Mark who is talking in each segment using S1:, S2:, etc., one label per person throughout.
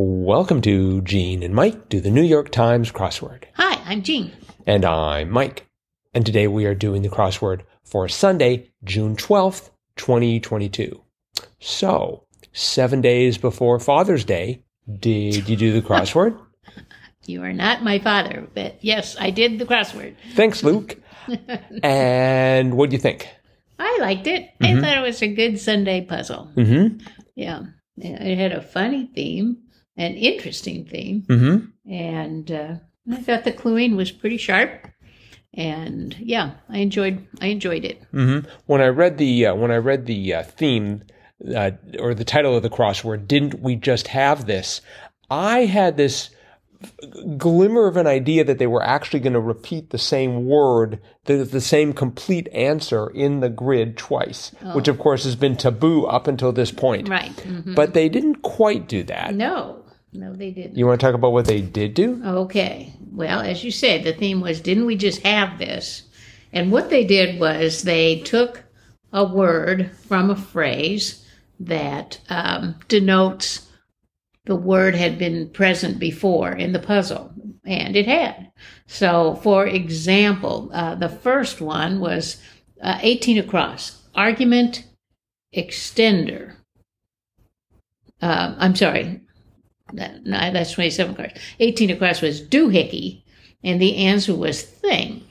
S1: Welcome to Gene and Mike do the New York Times crossword.
S2: Hi, I'm Jean.
S1: And I'm Mike. And today we are doing the crossword for Sunday, June 12th, 2022. So, seven days before Father's Day, did you do the crossword?
S2: You are not my father, but yes, I did the crossword.
S1: Thanks, Luke. and what do you think?
S2: I liked it. I thought it was a good Sunday puzzle.
S1: Mm
S2: Yeah. It had a funny theme, an interesting theme,
S1: hmm. Mm hmm.
S2: and uh, I thought the cluing was pretty sharp. And yeah, I enjoyed I enjoyed it.
S1: hmm When I read the uh, when I read the uh, theme uh, or the title of the crossword, didn't we just have this? I had this glimmer of an idea that they were actually going to repeat the same word, the, the same complete answer in the grid twice, which of course has been taboo up until this point.
S2: Oh. Right. Mm-hmm. Mhm.
S1: But they didn't quite do that.
S2: No, no, they didn't.
S1: You want to talk about what they did do?
S2: Okay. Well, as you said, the theme was didn't we just have this? And what they did was they took a word from a phrase that um, denotes the word had been present before in the puzzle, and it had. So, for example, uh, the first one was uh, 18 across argument extender. Uh, I'm sorry, that, no, that's 27 across. 18 across was doohickey, and the answer was thing.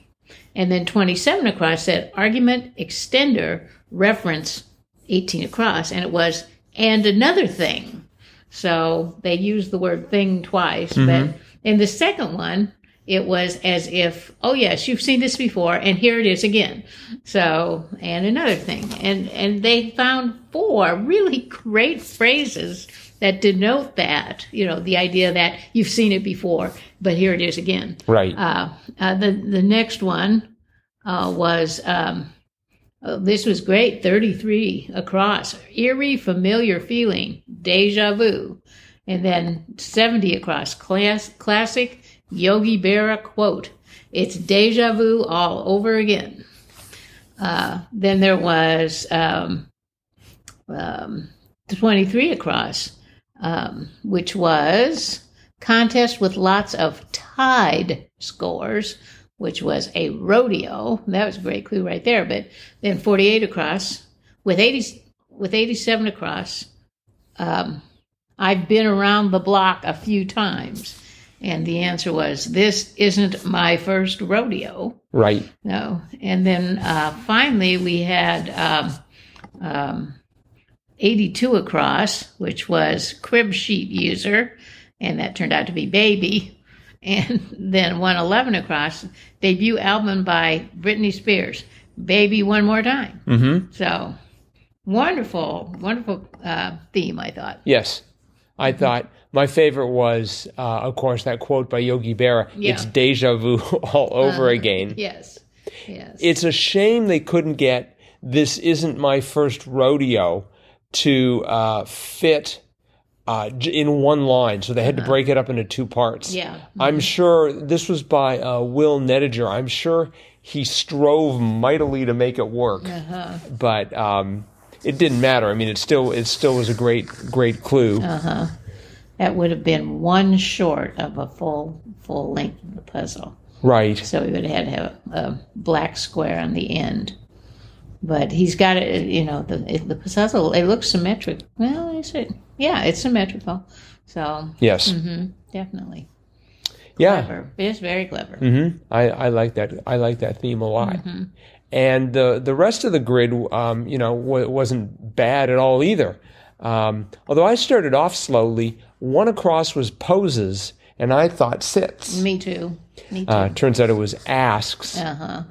S2: And then 27 across said argument extender reference 18 across, and it was and another thing. So they used the word thing twice. But in the second one, it was as if, oh yes, you've seen this before, and here it is again. So and another thing, and and they found four really great phrases that denote that. You know, the idea that you've seen it before, but here it is again
S1: Right.
S2: uh, uh, the the next one uh, was um, oh, this was great. Thirty three across, eerie, familiar feeling, deja vu, and then seventy across, class classic Yogi Berra quote. It's deja vu all over again. Uh, then there was um, um, twenty three across, um, which was contest with lots of tied scores, which was a rodeo. That was a great clue right there. But then 48 across with 80 with 87 across. Um, I've been around the block a few times, and the answer was this isn't my first rodeo.
S1: right.
S2: No. And then uh, finally, we had um, um, 82 across, which was crib sheet user, and that turned out to be baby. And then 111 across, debut album by Britney Spears, Baby One More Time.
S1: Mm hmm.
S2: So wonderful, wonderful uh, theme, I thought.
S1: Yes. I
S2: Mm-hmm.
S1: thought my favorite was, uh, of course, that quote by Yogi Berra
S2: Yeah. Uh-huh.
S1: it's deja vu all over again.
S2: Yes. Yes.
S1: It's a shame they couldn't get this isn't my first rodeo to uh, fit uh, j- in one line. So they had to break it up into two parts.
S2: Uh-huh. yeah. Mm-hmm.
S1: I'm sure this was by uh, Will Nettinger. I'm sure he strove mightily to make it work,
S2: Uh-huh.
S1: but um, it didn't matter. I mean, it still it still was a great great clue.
S2: That would have been one short of a full full length of the puzzle.
S1: Right.
S2: so we would have had to have a, a black square on the end. But he's got it, you know, the it, the puzzle. It looks symmetric. Well, is it? Yeah, it's symmetrical. So
S1: Yes.
S2: definitely,
S1: Yeah.
S2: clever. it's very clever.
S1: hmm I, I like that. I like that theme a lot. And the the rest of the grid, um, you know, w- wasn't bad at all either. Um, although I started off slowly. One across was poses, and I thought sits.
S2: Me too. Me too.
S1: Uh,
S2: Uh
S1: turns out it was asks.
S2: huh.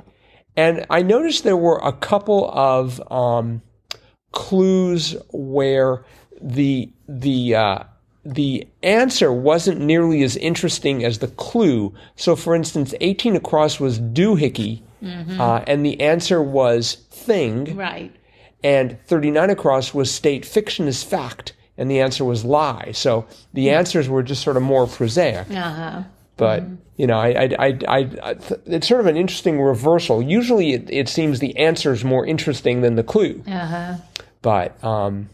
S1: And I noticed there were a couple of um, clues where the the uh, the answer wasn't nearly as interesting as the clue. So, for instance, eighteen across was doohickey, uh, and the answer was thing,
S2: Right.
S1: and thirty nine across was state fiction is fact, and the answer was lie. So the answers were just sort of more prosaic
S2: Uh huh.
S1: but you know, I, I, I, I, I- th- it's sort of an interesting reversal. Usually, it, it seems the
S2: Uh-huh.
S1: answer is more interesting than the clue,
S2: Uh huh.
S1: but um,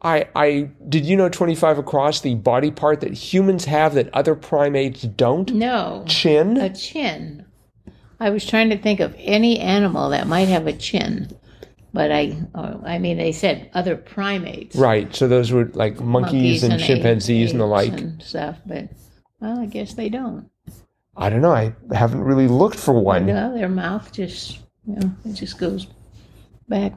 S1: I, I did you know 25 across the body part that humans have that other primates don't?
S2: No,
S1: Chin?
S2: a chin. I was trying to think of any animal that might have a chin, but I, oh, I mean, they said other primates,
S1: Right. So those were like monkeys, and,
S2: a-
S1: chimpanzees and the
S2: apes
S1: like.
S2: and stuff. But well, I guess they don't.
S1: I don't know. I haven't really looked for one.
S2: No, their mouth just, you know, it just goes back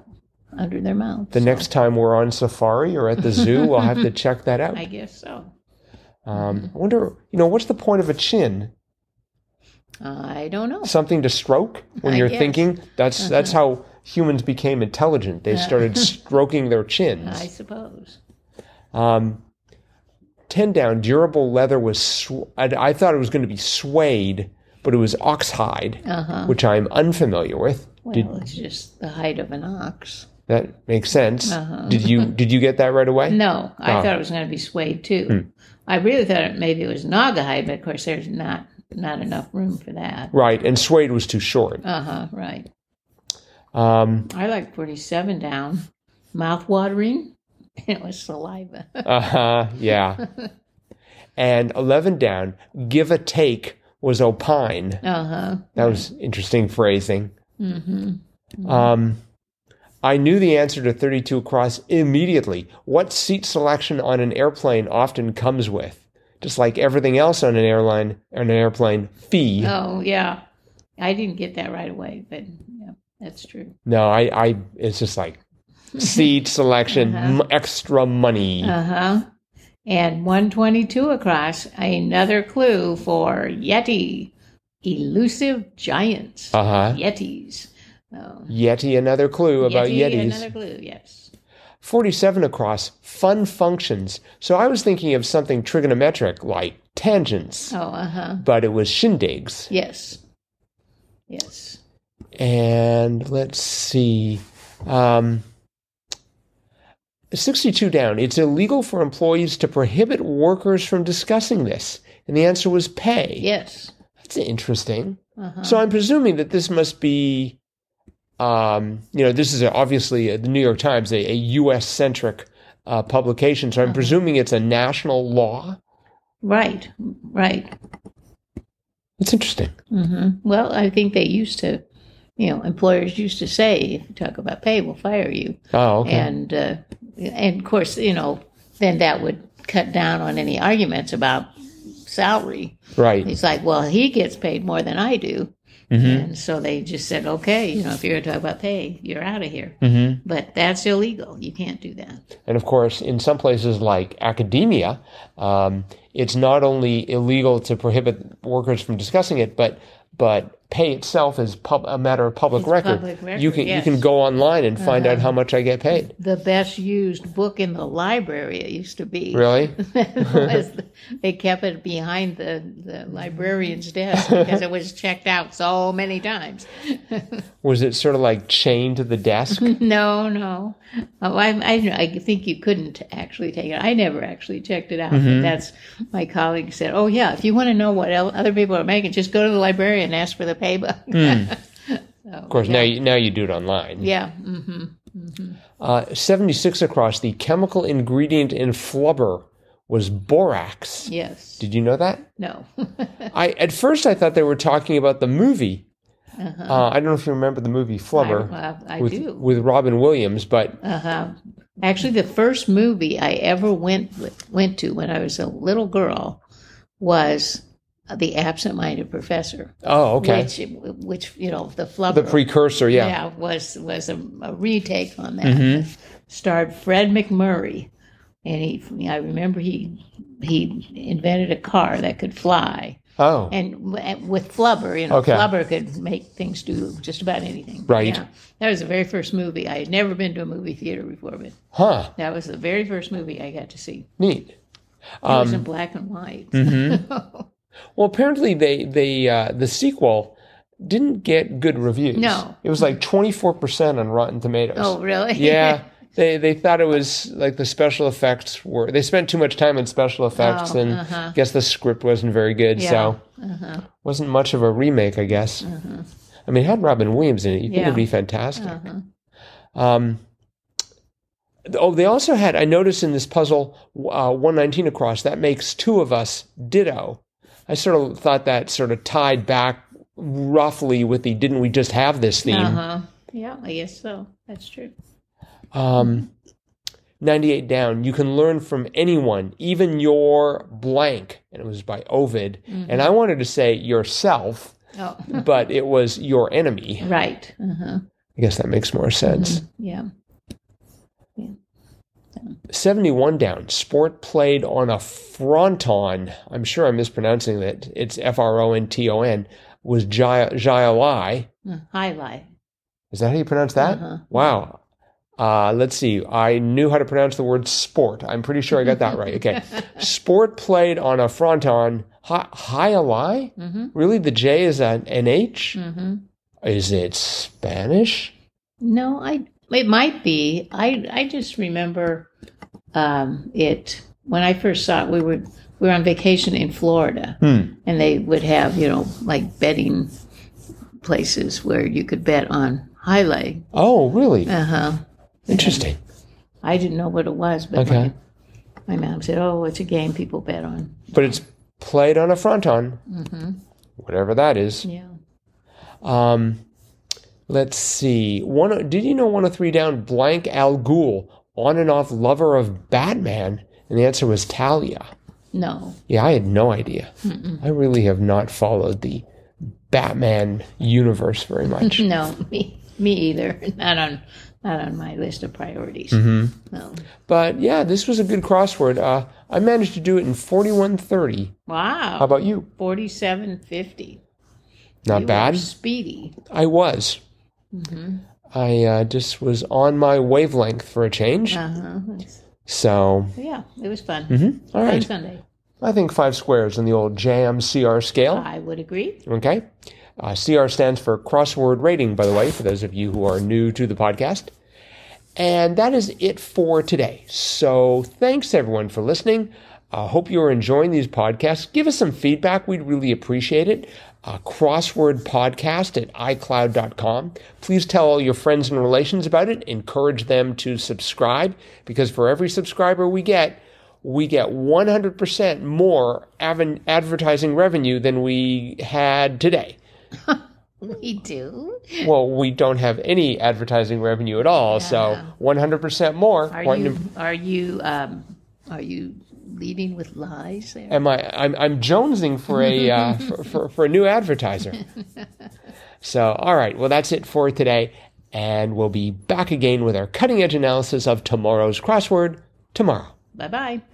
S2: under their mouth.
S1: The next time we're on safari or at the zoo, we'll have to check that out.
S2: I guess so.
S1: Um, I wonder, you know, what's the point of a chin?
S2: I don't know.
S1: Something to stroke when
S2: I
S1: you're
S2: guess. Uh-huh.
S1: thinking? That's that's how humans became intelligent. They started stroking their chins.
S2: I suppose.
S1: Um, 10 down, durable leather was, sw- I, I thought it was going to be suede, but it was ox hide,
S2: Uh-huh.
S1: which I'm unfamiliar with.
S2: Well, it's just the height of an ox.
S1: That makes sense. Did you did you get that right away?
S2: Uh-huh. No, I
S1: Ah.
S2: thought it was going to be suede too.
S1: Hmm.
S2: I really thought it, maybe it was naga hide, but of course there's not not enough room for that.
S1: Right, and suede was too short.
S2: Uh huh. Right.
S1: Um,
S2: I like 47 down. Mouth watering. It was saliva.
S1: uh huh, yeah. and 11 down, give a take was opine.
S2: Uh huh.
S1: That was interesting phrasing.
S2: Mm-hmm.
S1: Um, I knew the answer to 32 across immediately. What seat selection on an airplane often comes with, just like everything else on an airline, on an airplane fee.
S2: Oh yeah. I didn't get that right away, but yeah, that's true.
S1: No, I, I, it's just like seat selection,
S2: Uh-huh.
S1: m- extra money.
S2: Uh huh. And 122 across. Another clue for Yeti, elusive giants.
S1: Uh huh.
S2: Yetis. Oh.
S1: Yeti, another clue about
S2: Yeti,
S1: Yetis.
S2: Another clue, yes.
S1: 47 across, fun functions. So I was thinking of something trigonometric like tangents,
S2: Oh, uh huh.
S1: but it was shindigs.
S2: Yes. Yes.
S1: and let's see um, 62 down it's illegal for employees to prohibit workers from discussing this and the answer was pay
S2: Yes.
S1: that's interesting
S2: Uh-huh.
S1: so i'm presuming that this must be um, you know this is obviously uh the new york times a, a us centric uh, publication so i'm presuming it's a national law
S2: Right. Right.
S1: it's interesting
S2: hmm Well, I think they used to, you know, employers used to say, if you talk about pay, we'll fire you.
S1: oh okay
S2: And, uh, and of course, you know, then that would cut down on any arguments about salary.
S1: right
S2: It's like, well, he gets paid more than I do. And so they just said, okay, you know, if you're going to talk about pay, you're out of here. Mm-hmm. But that's illegal. You can't do that.
S1: And of course, in some places like academia, um, it's not only illegal to prohibit workers from discussing it, but but pay itself is pub- a matter of public record.
S2: public record,
S1: you can
S2: yes. Uh-huh.
S1: you can go online and find out how much I get paid.
S2: The best used book in the library, it used to be.
S1: Really?
S2: was they kept it behind the, the librarian's desk because it was checked out so many times.
S1: Was it sort of like chained to the desk?
S2: No, no. Oh, I, I, I think you couldn't actually take it. I never actually checked it out.
S1: Mm-hmm.
S2: That's my colleague said, oh, yeah, if you want to know what el- other people are making, just go to the librarian and ask for the pay book.
S1: Mm. of course, now you, now you do it online.
S2: yeah. hmm
S1: Uh, Seventy six across the chemical ingredient in flubber was borax.
S2: Yes.
S1: Did you know that?
S2: No.
S1: I at first I thought they were talking about the movie. Uh, I don't know if you remember the movie Flubber.
S2: Uh-huh. I, I
S1: with,
S2: do.
S1: with Robin Williams, but
S2: Uh-huh. Actually, the first movie I ever went with, went to when I was a little girl was The Absent-Minded Professor,
S1: oh, okay,
S2: which which you know the flubber
S1: the precursor, yeah. Mm-hmm.
S2: yeah was was a, a retake on that. Starred Fred McMurray, and he I remember he he invented a car that could fly,
S1: Oh,
S2: and, w- and with flubber, you know,
S1: Okay.
S2: flubber could make things do just about anything.
S1: Right.
S2: Yeah. That was the very first movie. I had never been to a movie theater before, but
S1: huh,
S2: that was the very first movie I got to see.
S1: neat.
S2: It was
S1: Um,
S2: in black and white.
S1: mm-hmm. Well, apparently they they uh, the sequel didn't get good reviews.
S2: No.
S1: it was like twenty four percent on Rotten Tomatoes.
S2: Oh, really?
S1: yeah. They, they thought it was like the special effects were they spent too much time on special effects
S2: Oh,
S1: and guess the script wasn't very good so
S2: uh-huh.
S1: wasn't much of a remake I guess I mean it had Robin Williams in it you think
S2: Yeah.
S1: it'd be fantastic
S2: Uh-huh.
S1: Um, Oh, they also had, I noticed in this puzzle, uh, 119 across, that makes two of us ditto. I sort of thought that sort of tied back roughly with the didn't we just have this theme.
S2: Uh-huh. Yeah, I guess so. That's true.
S1: Um, 98 down, you can learn from anyone, even your blank. And it was by Ovid. And I wanted to say yourself,
S2: Oh,
S1: but it was your enemy.
S2: right. Uh-huh.
S1: I guess that makes more sense.
S2: Yeah.
S1: 71 down, sport played on a fronton. I'm sure I'm mispronouncing that. It's F R O N T O N. Was Jai
S2: Uh, High life.
S1: Is that how you pronounce that?
S2: Uh-huh.
S1: Wow. Uh, let's see. I knew how to pronounce the word sport. I'm pretty sure I got that right. Okay. sport played on a fronton. Hi, hi
S2: Mm-hmm.
S1: Really? The J is an, an H?
S2: Mm-hmm.
S1: Is it Spanish?
S2: No, I it might be. I I just remember um, it when I first saw it. We were we were on vacation in Florida,
S1: Hmm.
S2: and they would have you know like betting places where you could bet on highlight.
S1: Oh, really?
S2: Uh huh.
S1: Interesting.
S2: I didn't know what it was, but
S1: Okay.
S2: my, my mom said, "Oh, it's a game people bet on."
S1: But it's played on a fronton. Whatever that is.
S2: Yeah.
S1: Um, let's see. One, did you know 103 down blank Al Ghul, on and off lover of Batman? And the answer was Talia.
S2: No.
S1: Yeah, I had no idea. I really have not followed the Batman universe very much.
S2: No. Me. Me either. Not on. Not on my list of priorities.
S1: Mm-hmm.
S2: No.
S1: but yeah, this was a good crossword. Uh, I managed to do it in 4130.
S2: Wow.
S1: How about you?
S2: Forty-seven fifty.
S1: Not
S2: You
S1: bad.
S2: are speedy.
S1: I was. I uh, just was on my wavelength for a change.
S2: Uh-huh. That's-
S1: So,
S2: Yeah, it was fun.
S1: all
S2: Fun
S1: Mm-hmm. right.
S2: Sunday.
S1: I think five squares in the old JAM CR scale.
S2: I would agree.
S1: Okay. Uh, CR stands for crossword rating, by the way, for those of you who are new to the podcast. And that is it for today. So thanks everyone for listening. I hope you're enjoying these podcasts. Give us some feedback. We'd really appreciate it. Uh, crossword podcast at iCloud.com. Please tell all your friends and relations about it. Encourage them to subscribe because for every subscriber we get, we get 100% more av- advertising revenue than we had today.
S2: We do.
S1: Well, we don't have any advertising revenue at all, so 100% more.
S2: Are
S1: One-
S2: you are you um are you leading with lies there?
S1: Am I? I'm, I'm jonesing for a uh, for, for, for a new advertiser. so, all right. Well, that's it for today, and we'll be back again with our cutting edge analysis of tomorrow's crossword tomorrow.
S2: Bye bye.